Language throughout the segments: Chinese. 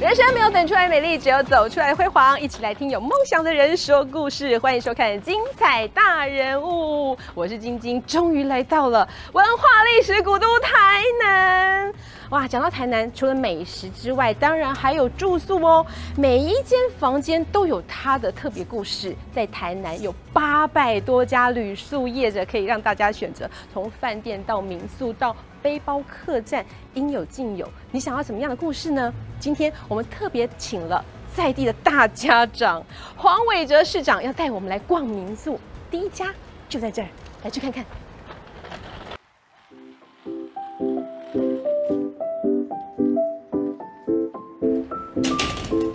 人生没有等出来美丽，只有走出来辉煌。一起来听有梦想的人说故事，欢迎收看《精彩大人物》，我是晶晶，终于来到了文化历史古都台南。哇，讲到台南，除了美食之外，当然还有住宿哦。每一间房间都有它的特别故事。在台南有八百多家旅宿业者可以让大家选择，从饭店到民宿到背包客栈，应有尽有。你想要什么样的故事呢？今天我们特别请了在地的大家长黄伟哲市长，要带我们来逛民宿。第一家就在这儿，来去看看。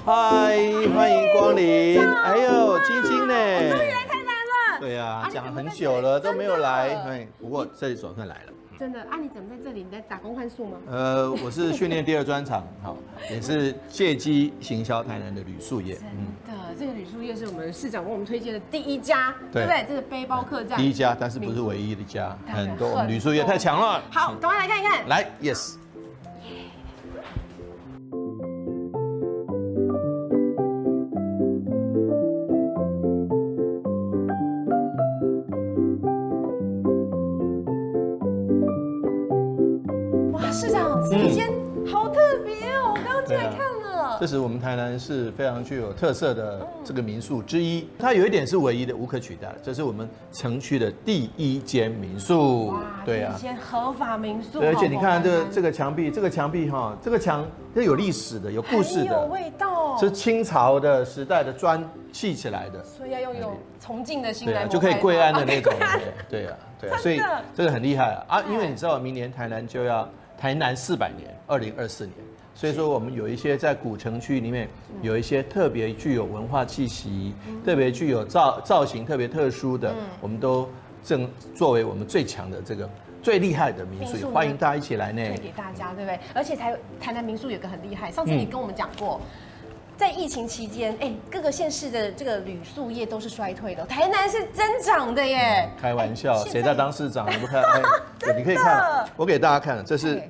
嗨，欢迎光临。哎呦，晶晶呢？太难了，对呀、啊啊，你讲了怎么很在久这了里都没有真的来。哎，不过这里总算来了。真的啊！你怎么在这里？你在打工换宿吗？呃，我是训练第二专场， 好，也是借机行销台南的旅宿业。嗯，真的，啊这个旅宿业是我们市长为我们推荐的第一家，对对不对？这是背包客栈。第一家，但是不民是宿唯一的一家，当然很多很我们旅宿业多太强了。好，赶快来看一看。来，yes。哇，市长这一间好特别哦！我刚刚啊进来看了这。是我们台南市非常具有特色哦的这个民宿之一，它有一点是唯一的无可取代的，这是我们城区的第一间民宿哇，，对啊这一，间合法民宿。啊对，而且你看这个这个个墙壁，这个墙壁哈，这个墙这有历史的，有故事有的，味道，是清朝的时代的砖砌起来的，所以要用有崇敬的心哎对来啊，膜拜它，就可以跪安的 那种啊跪安，对对啊，对真啊，的哎所以这个很厉害啊，啊因为你知道明年台南就要台南四百年，二零二四年。所以说，我们有一些在古城区里面嗯有一些特别具有文化气息、特别具有造造型特别特殊嗯的，我们都正作为我们最强的这个最厉害的民民宿宿，呢欢迎大家一起来呢。推给大家，对不对？而且台台南民宿有个很厉害，上次嗯你跟我们讲过。在疫情期间，哎，各个县市的这个旅宿业都是衰退的，台南是增长的耶。开玩笑，哎谁在？当市长？你不 看？哎对你可以看，我给大家看，这是哎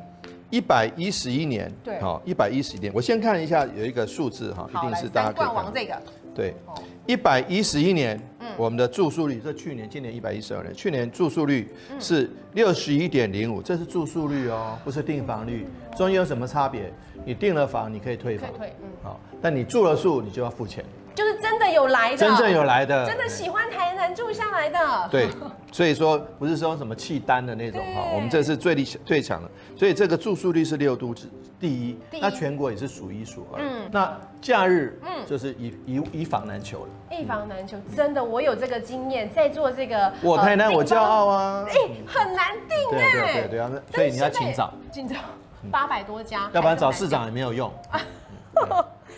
一百一十一年，对好，一百一十年。我先看一下有一个数字哈，现在一好，定来是大家三可以冠看王到。这个，对哦，嗯一百一十一年，我们的住宿率，这去年、今年一百一十二年，去年住宿率嗯是六十一点零五，这是住宿率哦，不是订房率。中间有什么差别？你订了房，你可以退可房以，退，嗯，好，但你住了宿，你就要付钱。就是真的有来的，真正有来的，真的喜欢台南住下来 的，对，所以说不是说什么契丹的那种哈，对我们这是最厉最强的，所以这个住宿率是六都之第一第一，那全国也是数一数二。嗯那假日嗯就是以以以房难求了。哎一房难求，真的，我有这个经验，在做这个，我呃台南我骄，傲啊订，房哎，很难定对哎，啊对啊对啊对啊，但所以是哎你要现在尽早，，尽早，八百多家，要不还是然很找难市长也没有用，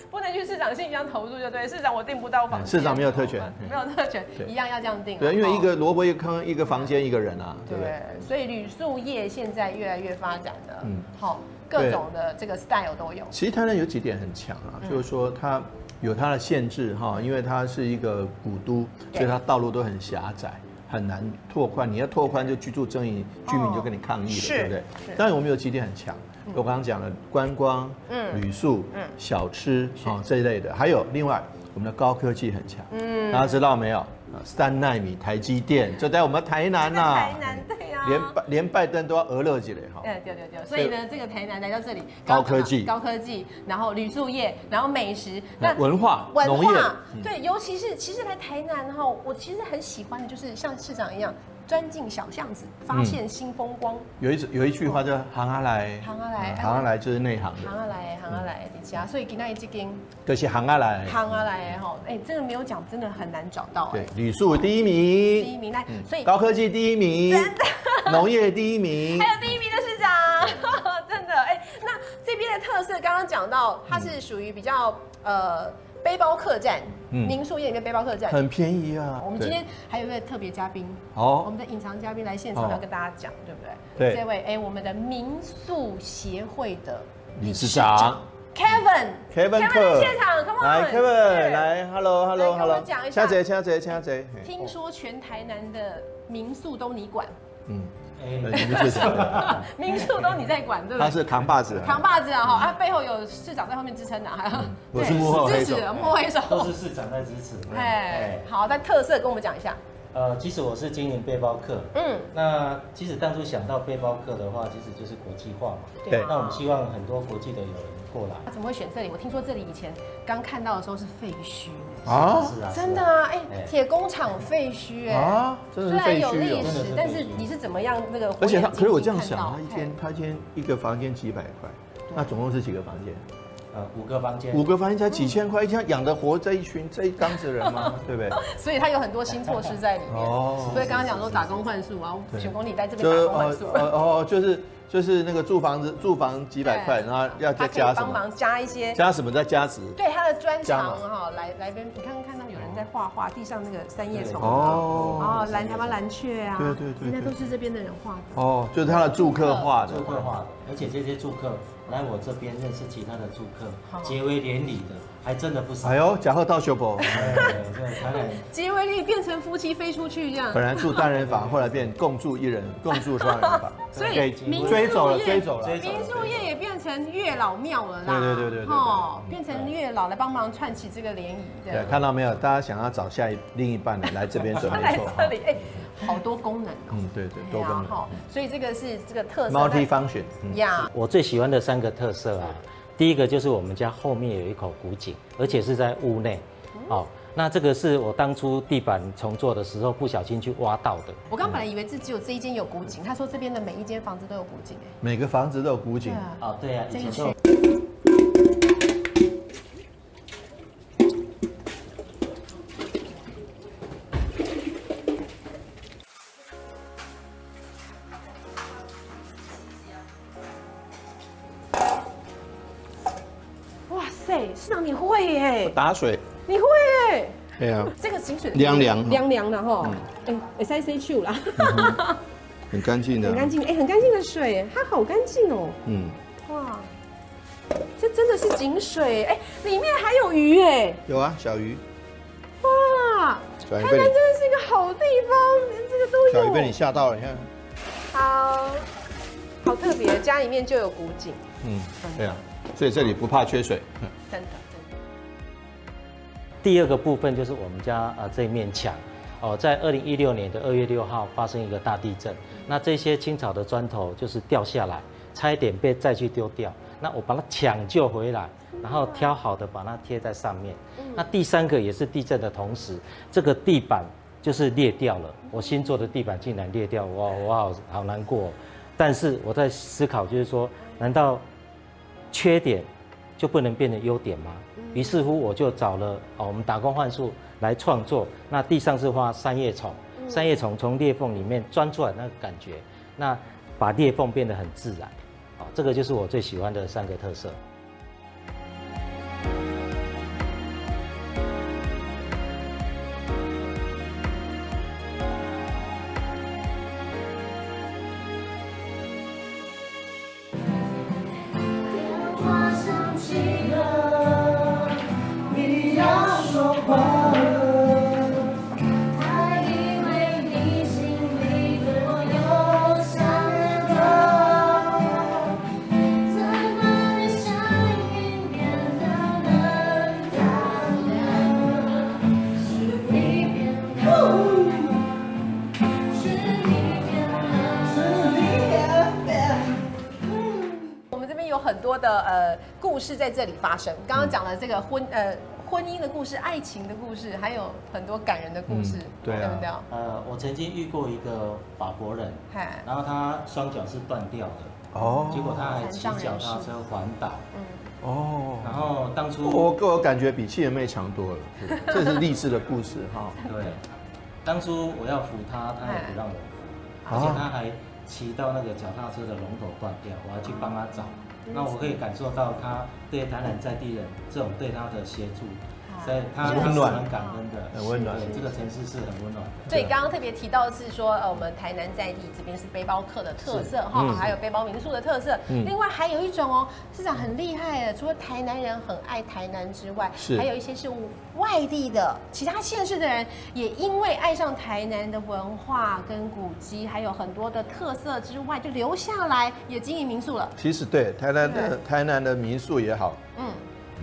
不能去市长信箱投诉就对，市长我订不到房间，市长没有特权没有特权，对一样要这样订啊。对啊，因为一哦个萝卜一个坑，一个房间一个人啊，对不对？对，所以旅宿业现在越来越发展的嗯，好各种的这个 style 都有。其实台南有几点很强啊，嗯就是说它有它的限制哈，因为它是一个古都，对所以它道路都很狭窄，很难拓宽。你要拓宽，就居住争议，居民就跟你抗议了，是对不对是？当然我们有几点很强，我刚刚讲了观光、嗯旅宿、小吃啊这一类的，还有另外我们的高科技很强，嗯，大家知道没有？啊三纳米台积电就在我们台南呐、台南对呀，连拜连拜登都要讹乐起来哈。嗯，对对对，所以呢，这个台南来到这里，高科技高科技，然后旅宿业，然后美食，文化、文农业，嗯化，对，尤其是其实来台南哈，我其实很喜欢的就是像市长一样，钻进小巷子，嗯发现新风光，有一有一句话叫“行啊来”，行啊来嗯行啊来就是内行行的，啊来，行啊来，底下，所以今天这间就是行啊来。行啊来哈，哎，真的没有讲，真的很难找到哎对，，旅宿第一第一名，名来，所以高科技第一名，农业第一名，还有第一名的市长， 真的哎、那这边的特色刚刚讲到，它是属于比较呃背包客栈，嗯民宿业里面背包客栈。很便宜啊。我们今天还有一位特别嘉宾，我好们的隐藏嘉宾来现场哦要跟大家讲，对不对？对这位哎、我们的民宿协会的理事长 Kevin。 Kevin 在克现场，Come on，来是 Kevin 来，Hello 来跟 Hello 我 Hello，们讲一下掐贼掐贼掐贼，嘿 听说全台南的民宿都你管，嗯，呃你们最晓得，民宿都你在管，对不他对？是扛把子啊，扛把子啊，哈，啊，背后有市长在后面支撑啊，嗯我是幕后黑支手持幕后黑手。都是市长在支持。哎，好，但特色跟我们讲一下。呃，其实我是经营背包客，嗯，那其实当初想到背包客的话，其实就是国际化嘛。对那我们希望很多国际的有人过来。啊怎么会选这里？我听说这里以前刚看到的时候是废墟，啊是啊，真的是啊。啊，哎哎，铁工厂废墟，哎，啊，真虽的是然废有墟历哦。真的史是，但废是墟你是怎么样那个火而且眼金睛看到？他，可是我这样想，他一哎天他一天一个房间几百块，那总共是几个房间？呃，五个房间。五个房间才几千块，一天养得活这一群这一缸子人吗？对不对？所以他有很多新措施在里面。哦所以刚刚讲说打工换宿啊，我对选工你在这就边打工换呃宿，呃哦，就是就是那个住房子住房几百块，对然后 要他再可以加什帮么？忙加一些。加什么再加值？对他的专加长嘛哈，来来边，你刚刚看到有人在画画，地上那个三叶虫啊，哦哦，蓝台湾蓝雀啊，对对对应该对都是这边的人画的。哦，就是他的住客画的住。客化的，而且这些住客来我这边认识其他的住好客，结为连理的，还真的不少。哎哎呦，呦，假贺到修博，对，台南吉维利变成夫妻飞出去这样本，来住单人房，后来变共住一人，共住双人房，所以给民宿追走了，业追走了追。民宿业也变成月老庙了啦。对对对对对对哦，变成月老来帮忙串起这个联谊这对样，。看到没有？大家想要找下一另一半的，来这边准他没来错。这里，哎，好多功能哦。嗯，对对，对多啊功能。哈所以这个是这个特色。 multi function，嗯，呀，我最喜欢的三个特色啊，第一个就是我们家后面有一口古井，而且是在屋内，哦，那这个是我当初地板重做的时候不小心去挖到的。我刚本来以为这只有这一间有古井，他说这边的每一间房子都有古井哎。每个房子都有古井对。啊，哦，对啊，这以一前区都有哇塞，市长你会耶，打水，你会耶，对啊，这个井水凉啊哦嗯凉凉凉的哈，哎，哎塞塞去啦，很干净的很干净，哎，很干净的水，它好干净哦，嗯，哇，这真的是井水，哎，里面还有鱼哎，有啊，小鱼，哇，小台鱼南被你真的是一个好地方，连这个都有。小鱼被你吓到了，你看，好，好特别，家里面就有古井，嗯，对啊，所以这里不怕缺水。嗯真的真的。第二个部分就是我们家啊、呃这一面墙。哦，在二零一六年的二月六号发生一个大地震，那这些清朝的砖头就是掉下来，差一点被再去丢掉。那我把它抢救回来，然后挑好的把它贴在上面。那第三个也是地震的同时，这个地板就是裂掉了，我新做的地板竟然裂掉，我我好好难过哦。但是我在思考，就是说，难道缺点就不能变成优点吗？嗯于是乎，我就找了哦，我们打工幻术来创作。那地上是画三叶虫，嗯三叶虫从裂缝里面钻出来那个感觉，那把裂缝变得很自然。哦，这个就是我最喜欢的三个特色。电话响起了，你要说话了。他以为你心里多有想的，怎么你声音变得冷淡了？是你变冷，是你变冷。我们这边有很多的呃故事在这里发生，刚刚讲了这个婚呃婚姻的故事、爱情的故事，还有很多感人的故事，嗯对啊不对？呃，我曾经遇过一个法国人，嗨，然后他双脚是断掉的，哦结果他还骑残障脚人士嗯踏车环岛。哦，然后当初我给我感觉比七人妹强多了，这是励志的故事哈。对，当初我要扶他，他也不让我扶，而且他还骑到那个脚踏车的龙头断掉，我还去帮他找。那我可以感受到他对台南在地人这种对他的协助，在它很温暖它是很感恩的，很温暖对这个城市是很温暖的。所以刚刚特别提到是说，呃，我们台南在地这边是背包客的特色哈、还有背包民宿的特色。嗯另外还有一种哦，市长很厉害的，除了台南人很爱台南之外，是还有一些是外地的其他县市的人，也因为爱上台南的文化跟古迹，还有很多的特色之外，就留下来也经营民宿了。其实对台南的对台南的民宿也好，嗯，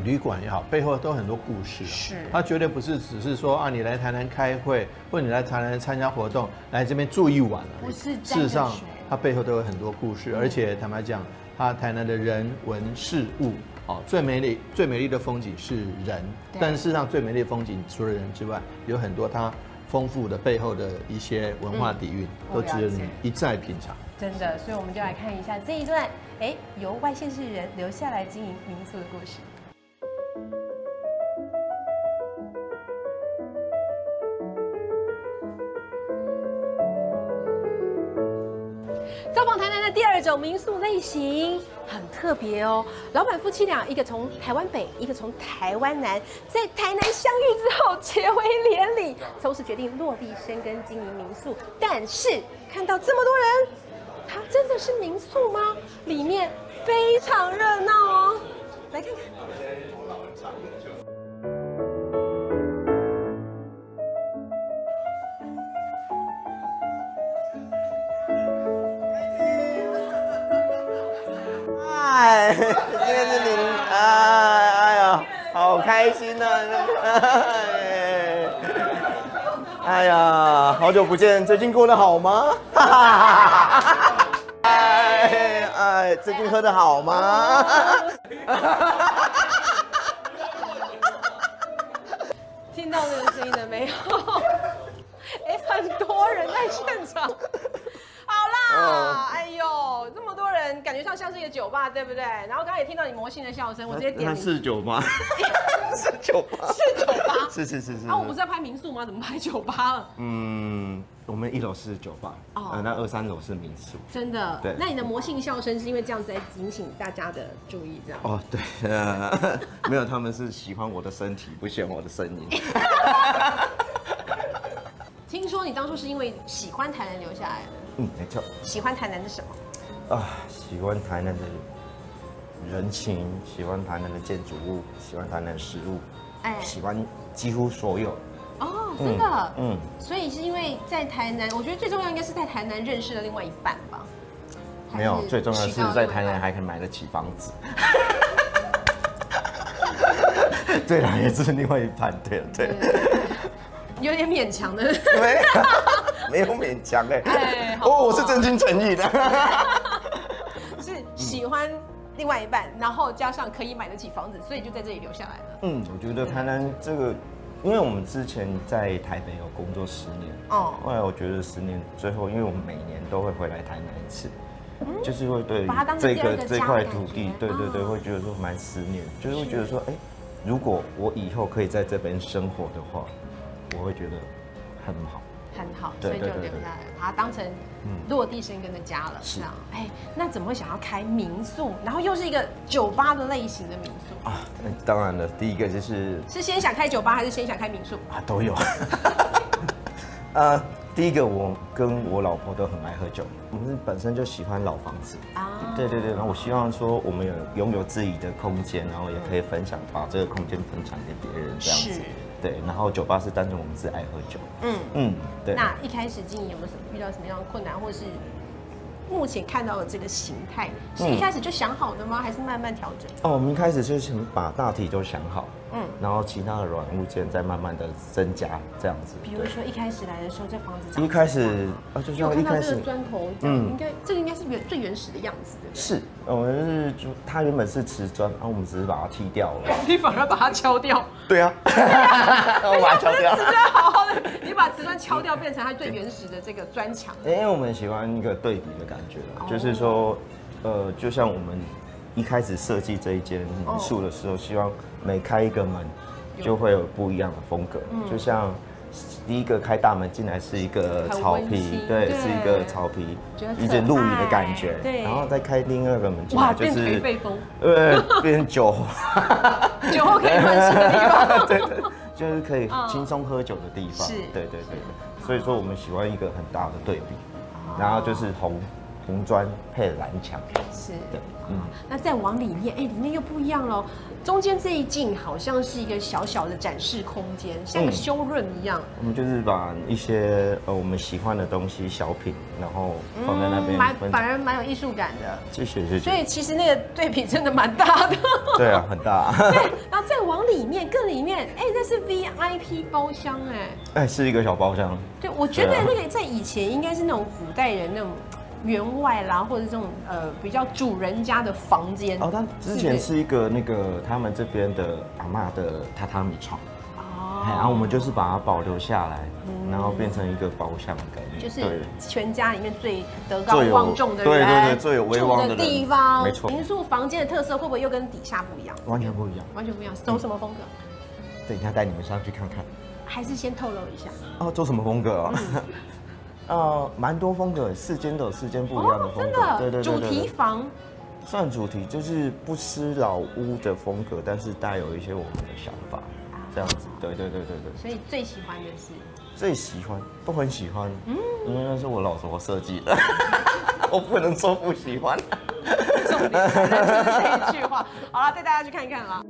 旅馆也好，背后都很多故事、啊。是它绝对不是只是说啊，你来台南开会，或者你来台南参加活动，来这边住一晚而已不是沾事实上个水，嗯它背后都有很多故事，而且坦白讲，它台南的人文事物。哦，最美丽最美丽的风景是人对，但事实上最美丽的风景除了人之外，有很多它丰富的背后的一些文化底蕴，嗯我都了值得你解一再品尝。真的，所以我们就来看一下这一段，哎，由外县市人留下来经营民宿的故事。造访台南的第二种民宿类型很特别哦，老板夫妻俩，一个从台湾北，一个从台湾南，在台南相遇之后结为连理，从此决定落地生根经营民宿。但是看到这么多人，它真的是民宿吗？里面非常热闹哦，来看看。嗨，今天哎是您啊，哎呀，好开心呐、啊！哎呀，好久不见，最近过得好吗？ 哈哈哈哎哎，最近喝得好吗？听到这个声音了没有？ 哎，很多人在现场。好哦啦，哎呦，这么多人，感觉上像是一个酒吧，对不对？然后刚刚也听到你魔性的笑声，我直接点那你。是是 酒吗？是酒吧？？酒吧 是是是是。啊，我不是在拍民宿吗？怎么拍酒吧了？嗯，我们一楼是酒吧，哦呃，那二三楼是民宿。真的。对那你的魔性笑声是因为这样子在引起大家的注意，这样。哦，对，呃，没有，他们是喜欢我的身体，不喜欢我的声音。听说你当初是因为喜欢台南留下来的，嗯， 没错。喜欢台南是什么？啊，喜欢台南的人情，喜欢台南的建筑物，喜欢台南的食物，哎喜欢几乎所有。哦，真的。嗯，所以是因为在台南，我觉得最重要应该是在台南认识了另外一半吧。还没有，最重要的娶是到在另外台一半南还可以买得起房子。 对啦，也是另外一半，对对， 有点勉强的。没有没有勉强哎哎，好不好哦，我是真心诚意的。是嗯喜欢另外一半，然后加上可以买得起房子，所以就在这里留下来了。嗯，我觉得台南这个，因为我们之前在台北有工作十年，哦后来我觉得十年最后，因为我们每年都会回来台南一次，就是会对嗯于把它当成这第二个个这家的块感土地觉，对对对，哦会觉得说蛮思念，就是会觉得说，哎，如果我以后可以在这边生活的话，我会觉得很好。很好，所对以就对对留下来了，把它当成落地生根的家了。是这样，哎，那怎么会想要开民宿？然后又是一个酒吧的类型的民宿？啊，那当然了，第一个就是是先想开酒吧，还是先想开民宿？啊，都有。 呃，第一个我跟我老婆都很爱喝酒，我们本身就喜欢老房子啊啊。对对对，然后我希望说我们有拥有自己的空间，然后也可以分享，把这个空间分享给别人这样是子。对，然后酒吧是单纯我们是爱喝酒。嗯，嗯，对。那一开始经营有没有什么遇到什么样的困难，或是目前看到的这个形态，是一嗯开始就想好的吗？还是慢慢调整？哦，我们一开始就是想把大体都想好，嗯嗯，然后其他的软物件再慢慢的增加这样子。比如对说一开始来的时候，这房子长一开始啊，就因为我像看一到开这始个砖头，嗯，嗯应该这个应该是原最原始的样子，对不是，哦我们是就它原本是瓷砖，啊然、后我们只是把它剃掉 了。对？你反而把它敲掉，对啊， 我把它敲掉瓷。砖好好的， 你把瓷砖敲掉，变成它最原始的这个砖墙。因为我们喜欢一个对比的感觉啦，就是说，呃，就像我们一开始设计这一间民嗯宿的时候，希望每开一个门就会有不一样的风格，就像。第一个开大门进来是一个很草温馨皮，对对，是一个草皮觉得，一可直露营的爱感觉。对然后再开另二个门进哇，来就变颓是，废风，呃，变酒后，酒后可以乱性的地 方。 对对，就是可以嗯轻松喝酒的地方。是对对对对。所以说我们喜欢一个很大的对比，然后就是红红砖配蓝墙。是，对，嗯。那再往里面，哎、里面又不一样喽。中间这一进好像是一个小小的展示空间，像个嗯修润一样，我们就是把一些呃我们喜欢的东西小品，然后放在那边嗯蛮分反享。而蛮有艺术感的。谢谢谢所谢。以其实那个对比真的蛮大 的。对啊，很大。 对，然后再往里面，更里面，哎、那是 VIP 包厢哎、哎，是一个小包厢。对，我觉得对啊那个在以前应该是那种古代人那种员外啦，或者这种呃比较主人家的房间。哦，但之前是一个那个他们这边的阿嬷的榻榻米床，哦嗯哎然后我们就是把它保留下来，然后变成一个包厢的概念。就是对全家里面最德高最有望重的人，对对对最有威望的住人的地方，没错民宿房间的特色会不会又跟底下不一样？完全不一样。完全不一样，走什么风格？等一下带你们上去看看。还是先透露一下。哦，走什么风格啊？嗯 呃，蛮多风格，四间都有四间不一样的哦风真格。对的，对对主对对题房算主题，就是不失老屋的风格，但是带有一些我们的想法，这样啊子。对对对对对，所以最喜欢的是， 最喜欢都很喜欢，嗯因为那是我老婆设计 的，我不能说不喜欢。重点还在就是这一句话。好了，带大家去看一看啦。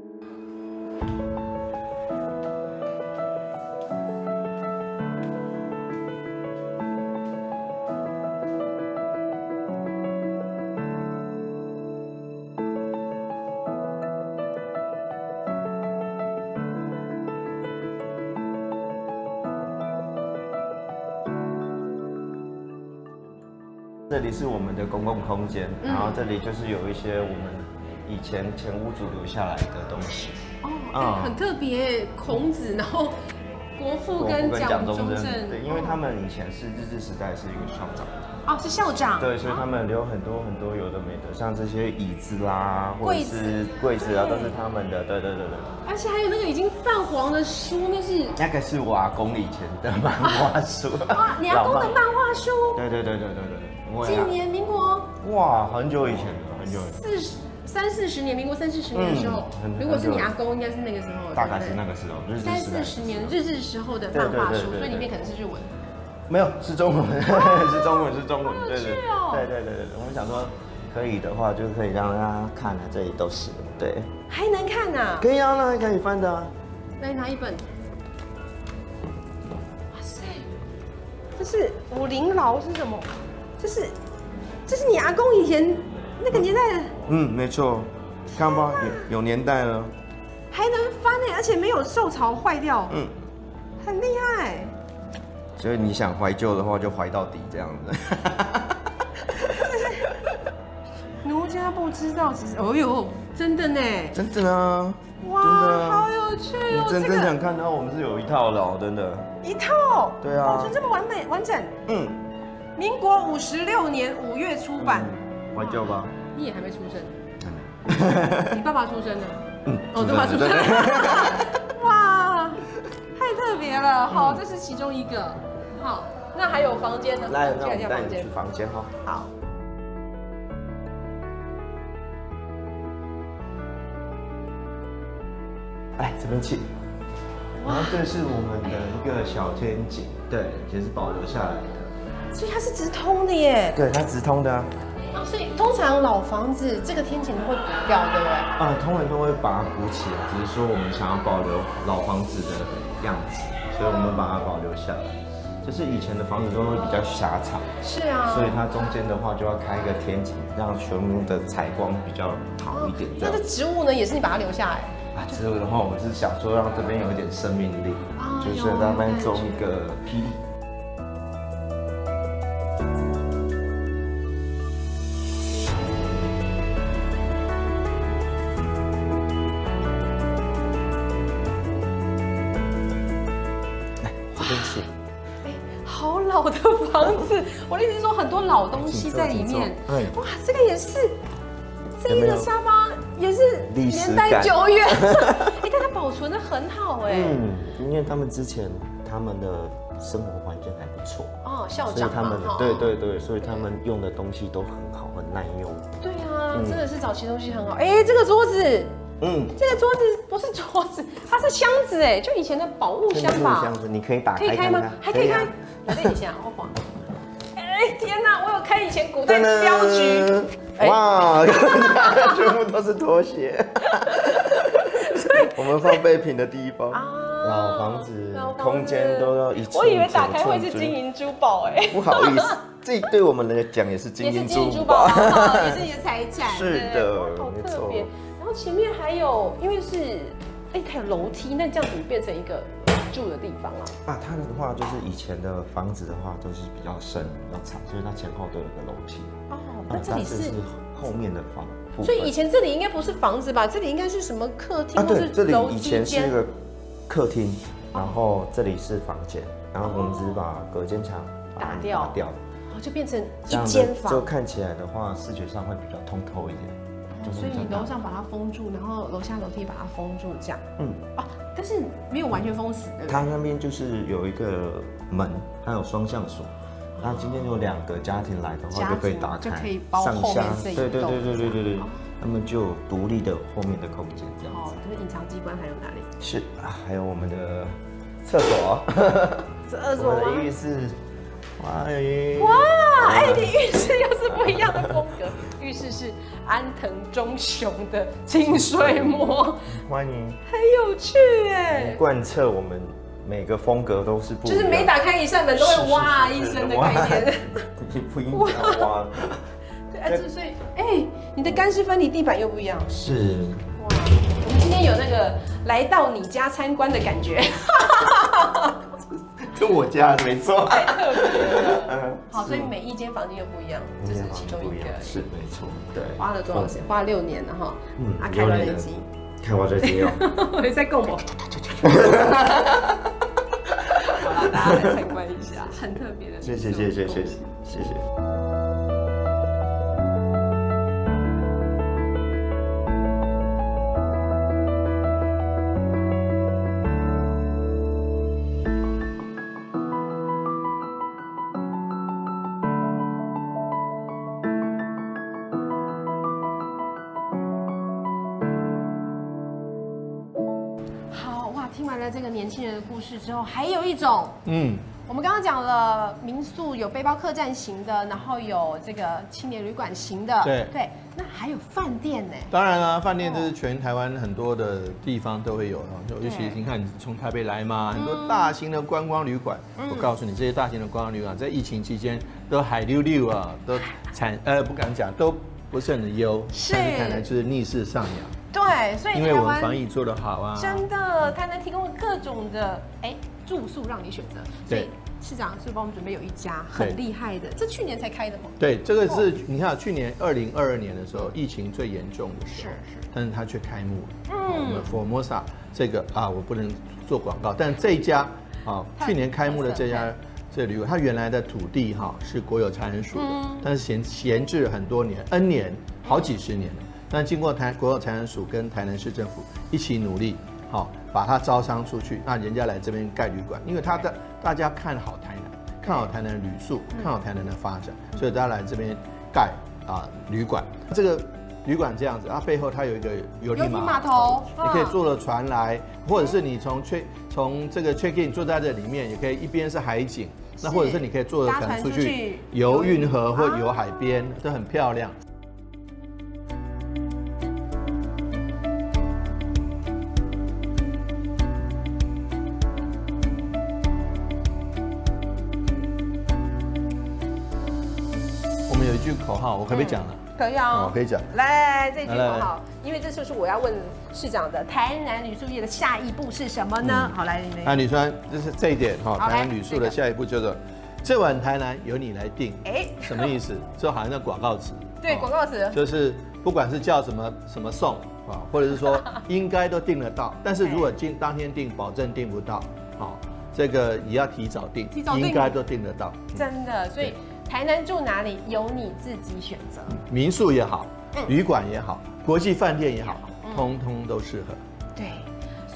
这里是我们的公共空间，嗯然后这里就是有一些我们以前前屋主留下来的东西，哦，啊哎很特别，孔子，然后国父跟蒋中正，对，因为他们以前是日治时代是一个校长，哦是校长，对，所以他们留很多很多有的没的，像这些椅子啦，或者柜子是柜子啊，对都是他们的。对对对对，而且还有那个已经泛黄的书，那是那个是我阿公以前的漫画书。啊哇，你阿公的老漫画书，对对对对对对对，我今呀，年民国哇，很久以前了，很久以前，四十三四十年，民国三四十年的时候嗯很，如果是你阿公，应该是那个时候，大概是那个时候，日三治四时代的十时候。年日治时候的对漫对画对书，对所以里对面可能是日文。没有，是中文， 是中文，是中文，哦好有对对对趣哦对对对对，我们想说可以的话，就可以让大家看啊，这里都是，对，还能看呐、可以啊，那还可以翻的啊。来拿一本。哇塞，这是武林牢是什么？这是，这是你阿公以前那个年代的，嗯，没错，看吧，有有年代了。还能翻哎，而且没有受潮坏掉，嗯，很厉害。所以你想怀旧的话，就怀到底这样子。 奴家不知道，其实，哦呦，真的呢，真的啊，哇，真的好啊。有趣你哦，真这真想个看到，我们是有一套的哦，真的。一套，对啊哇就这么完美完整。嗯，民国五十六年五月出版，嗯怀旧吧。你也还没出生，你爸爸出生了，嗯，哦，出生对爸了出生对嗯了， 哇，太特别了，好，这是其中一个，好，那还有房间呢，来，进那我来一们下带房你间去，房间哈。好。哎，这边请。然后这是我们的一个小天井，对，也是保留下来的。所以它是直通的耶，对，它直通的啊，啊，所以通常老房子这个天井都会补掉，对不对？啊，通常都会把它补起来，只是说我们想要保留老房子的样子，所以我们把它保留下来。就是以前的房子都会比较狭长，是啊，所以它中间的话就要开一个天井，让全部的采光比较好一点。这那样这植物呢，也是你把它留下来。啊，植物的话，我是想说让这边有一点生命力，啊就是有在那边感种觉一个霹雳。来这边请哎，好老的房子， 我的意思是说很多老东西在里面请坐请。哇，这个也是，这一有没个有沙发也是历史年感 嗯代久远，哎，但它保存的很好哎。嗯，因为他们之前他们的生活环境还不错，哦，校所以长他嘛们哈对对对，所以他们用的东西都很好，很耐用。对啊，真的是早期东西很好。哎，这个桌子，嗯，这个桌子不是桌子，它是箱子哎，就以前的宝物箱这吧样？子你可以打可以开开看吗看？，还可以开啊。我等一下，我晃。哎，天哪，我有开以前古代镖局，哎哇， 全部都是 拖鞋。 我们放备品的地方。啊老房子老房子空间都要一寸我以为整打开会寸是金金银珠宝哎。不好意思，这对我们来讲也是金也是银金银珠珠宝宝 嘛，。哈也是你的财产。是对的哇好没特错别。然后前面还有，因为是，哎，还有楼梯，那这样怎么变成一个住的地方啊？啊，它的话就是以前的房子的话都是比较深、比较长，所以它前后都有个楼梯。哦，那啊这里但是，后面的房部分，所以以前这里应该不是房子吧？这里应该是什么客厅啊，或对，这是里楼以梯前是一间？个客厅，然后这里是房间，然后我们只是把隔间墙把它打掉打掉，哦，就变成这一样间的房就。看起来的话，视觉上会比较通透一点。就是所以比较大楼上把它封住，然后楼下楼梯把它封住，这样。嗯，哦，但是没有完全封死，对不对？它那边就是有一个门，它有双向锁。那今天有两个家庭来的家话，庭就可以打就开，可以包后面这一对对栋对对对对对，他们就有独立的后面的空间这样哦子。，这个隐藏机关还有哪里？是啊，还有我们的厕所， 这二十我五们吗的浴室，哇，浴哇，哎，你浴室又是不一样的风格。浴室是安藤忠雄的清水模，欢迎很有趣哎，贯彻我们每个风格都是不一就样，是每打开一扇门都会哇一声的概念。 你 不应该哇，对，哎，这所以哎，你的干湿分离地板又不一样。是 哇，我们今天有那个来到你家参观的感 觉。就我家没错，嗯 好，所以每一间房间又不一样，这是其中一个。是没错，对，花了多少钱？花了六年了哈。嗯啊，开了六年累了积。看我这肌肉。 我也在共谋。好啦，大家来参观一下， 很特别的。谢谢谢谢谢谢谢谢。好哇，听完了这个年轻人的故事之后，还有一种。嗯，我们刚刚讲了民宿有背包客栈型的，然后有这个青年旅馆型的，对对，那还有饭店呢，当然啦、饭店这哦是全台湾很多的地方都会有哦，就尤其你看你从台北来嘛，很多大型的观光旅馆，嗯我告诉你，这些大型的观光旅馆在疫情期间都海溜溜啊，都产呃不敢讲，都不是很优，是但是看来就是逆势上扬，对，所以因为我们台湾防疫做得好啊，真的，台南提供了各种的哎住宿让你选择，所以对市长是帮我们准备有一家很对厉害的，这去年才开的吗？对，这个是你看，去年二零二二年的时候，疫情最严重的时候，是但是它却开幕了。嗯，我们 Formosa 这个啊，我不能做广告，但这一家啊，它去年开幕的特色这家这旅馆，它原来的土地哈、是国有财产署的，嗯但是闲闲置了很多年，N 年，好几十年了。但经过台国有财产署跟台南市政府一起努力，好、把它招商出去，那人家来这边盖旅馆，因为它的大家看好台南。看好台南的旅宿，嗯看好台南的发展，所以大家来这边盖啊、旅馆。这个旅馆这样子，它啊背后它有一个游游艇艇码码头你可以嗯坐了船来，或者是你从 check 从这个 check in 坐在这里面，也可以一边是海景，那是或者是你可以坐着搭船船出出去去游运河或啊游海边，都很漂亮。我们有一句口号，我可不可以讲了？可以哦啊，可以讲来，这句来来很好，因为这就是我要问市长的。台南旅宿业的下一步是什么呢？嗯好，来，你那们，哎女川，这是这一点哈，好台来南旅宿这个的下一步就是，这碗台南由你来定，哎，什么意思？这好像那广告词，对，哦广告词，就是不管是叫什么什么送啊，或者是 说应该都订得到，但是如果今当天订，保证订不到，好，这个也要提早订，提早订应该都订得到。真的，所以台南住哪里由你自己选择。民宿也好，嗯旅馆也好，国际饭店也好，通通都适合。嗯对，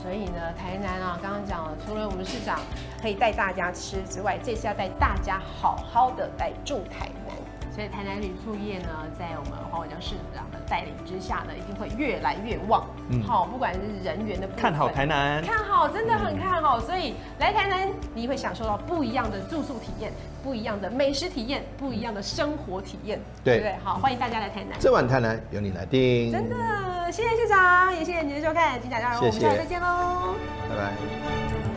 所以呢，台南啊，刚刚讲了，除了我们市长可以带大家吃之外，这次要带大家好好的来住台南。所以台南旅宿业呢，在我们黄伟章市长的带领之下呢，一定会越来越旺。好、不管是人员的部分嗯看好台南。看好，真的很看好。所以来台南，你会享受到不一样的住宿体验，不一样的美食体验，不一样的生活体验，对不对？好，欢迎大家来台南。这碗台南由你来定，真，的，谢谢市长，也谢谢您的收看《金甲大人物》，我们谢谢下回再见喽。拜拜。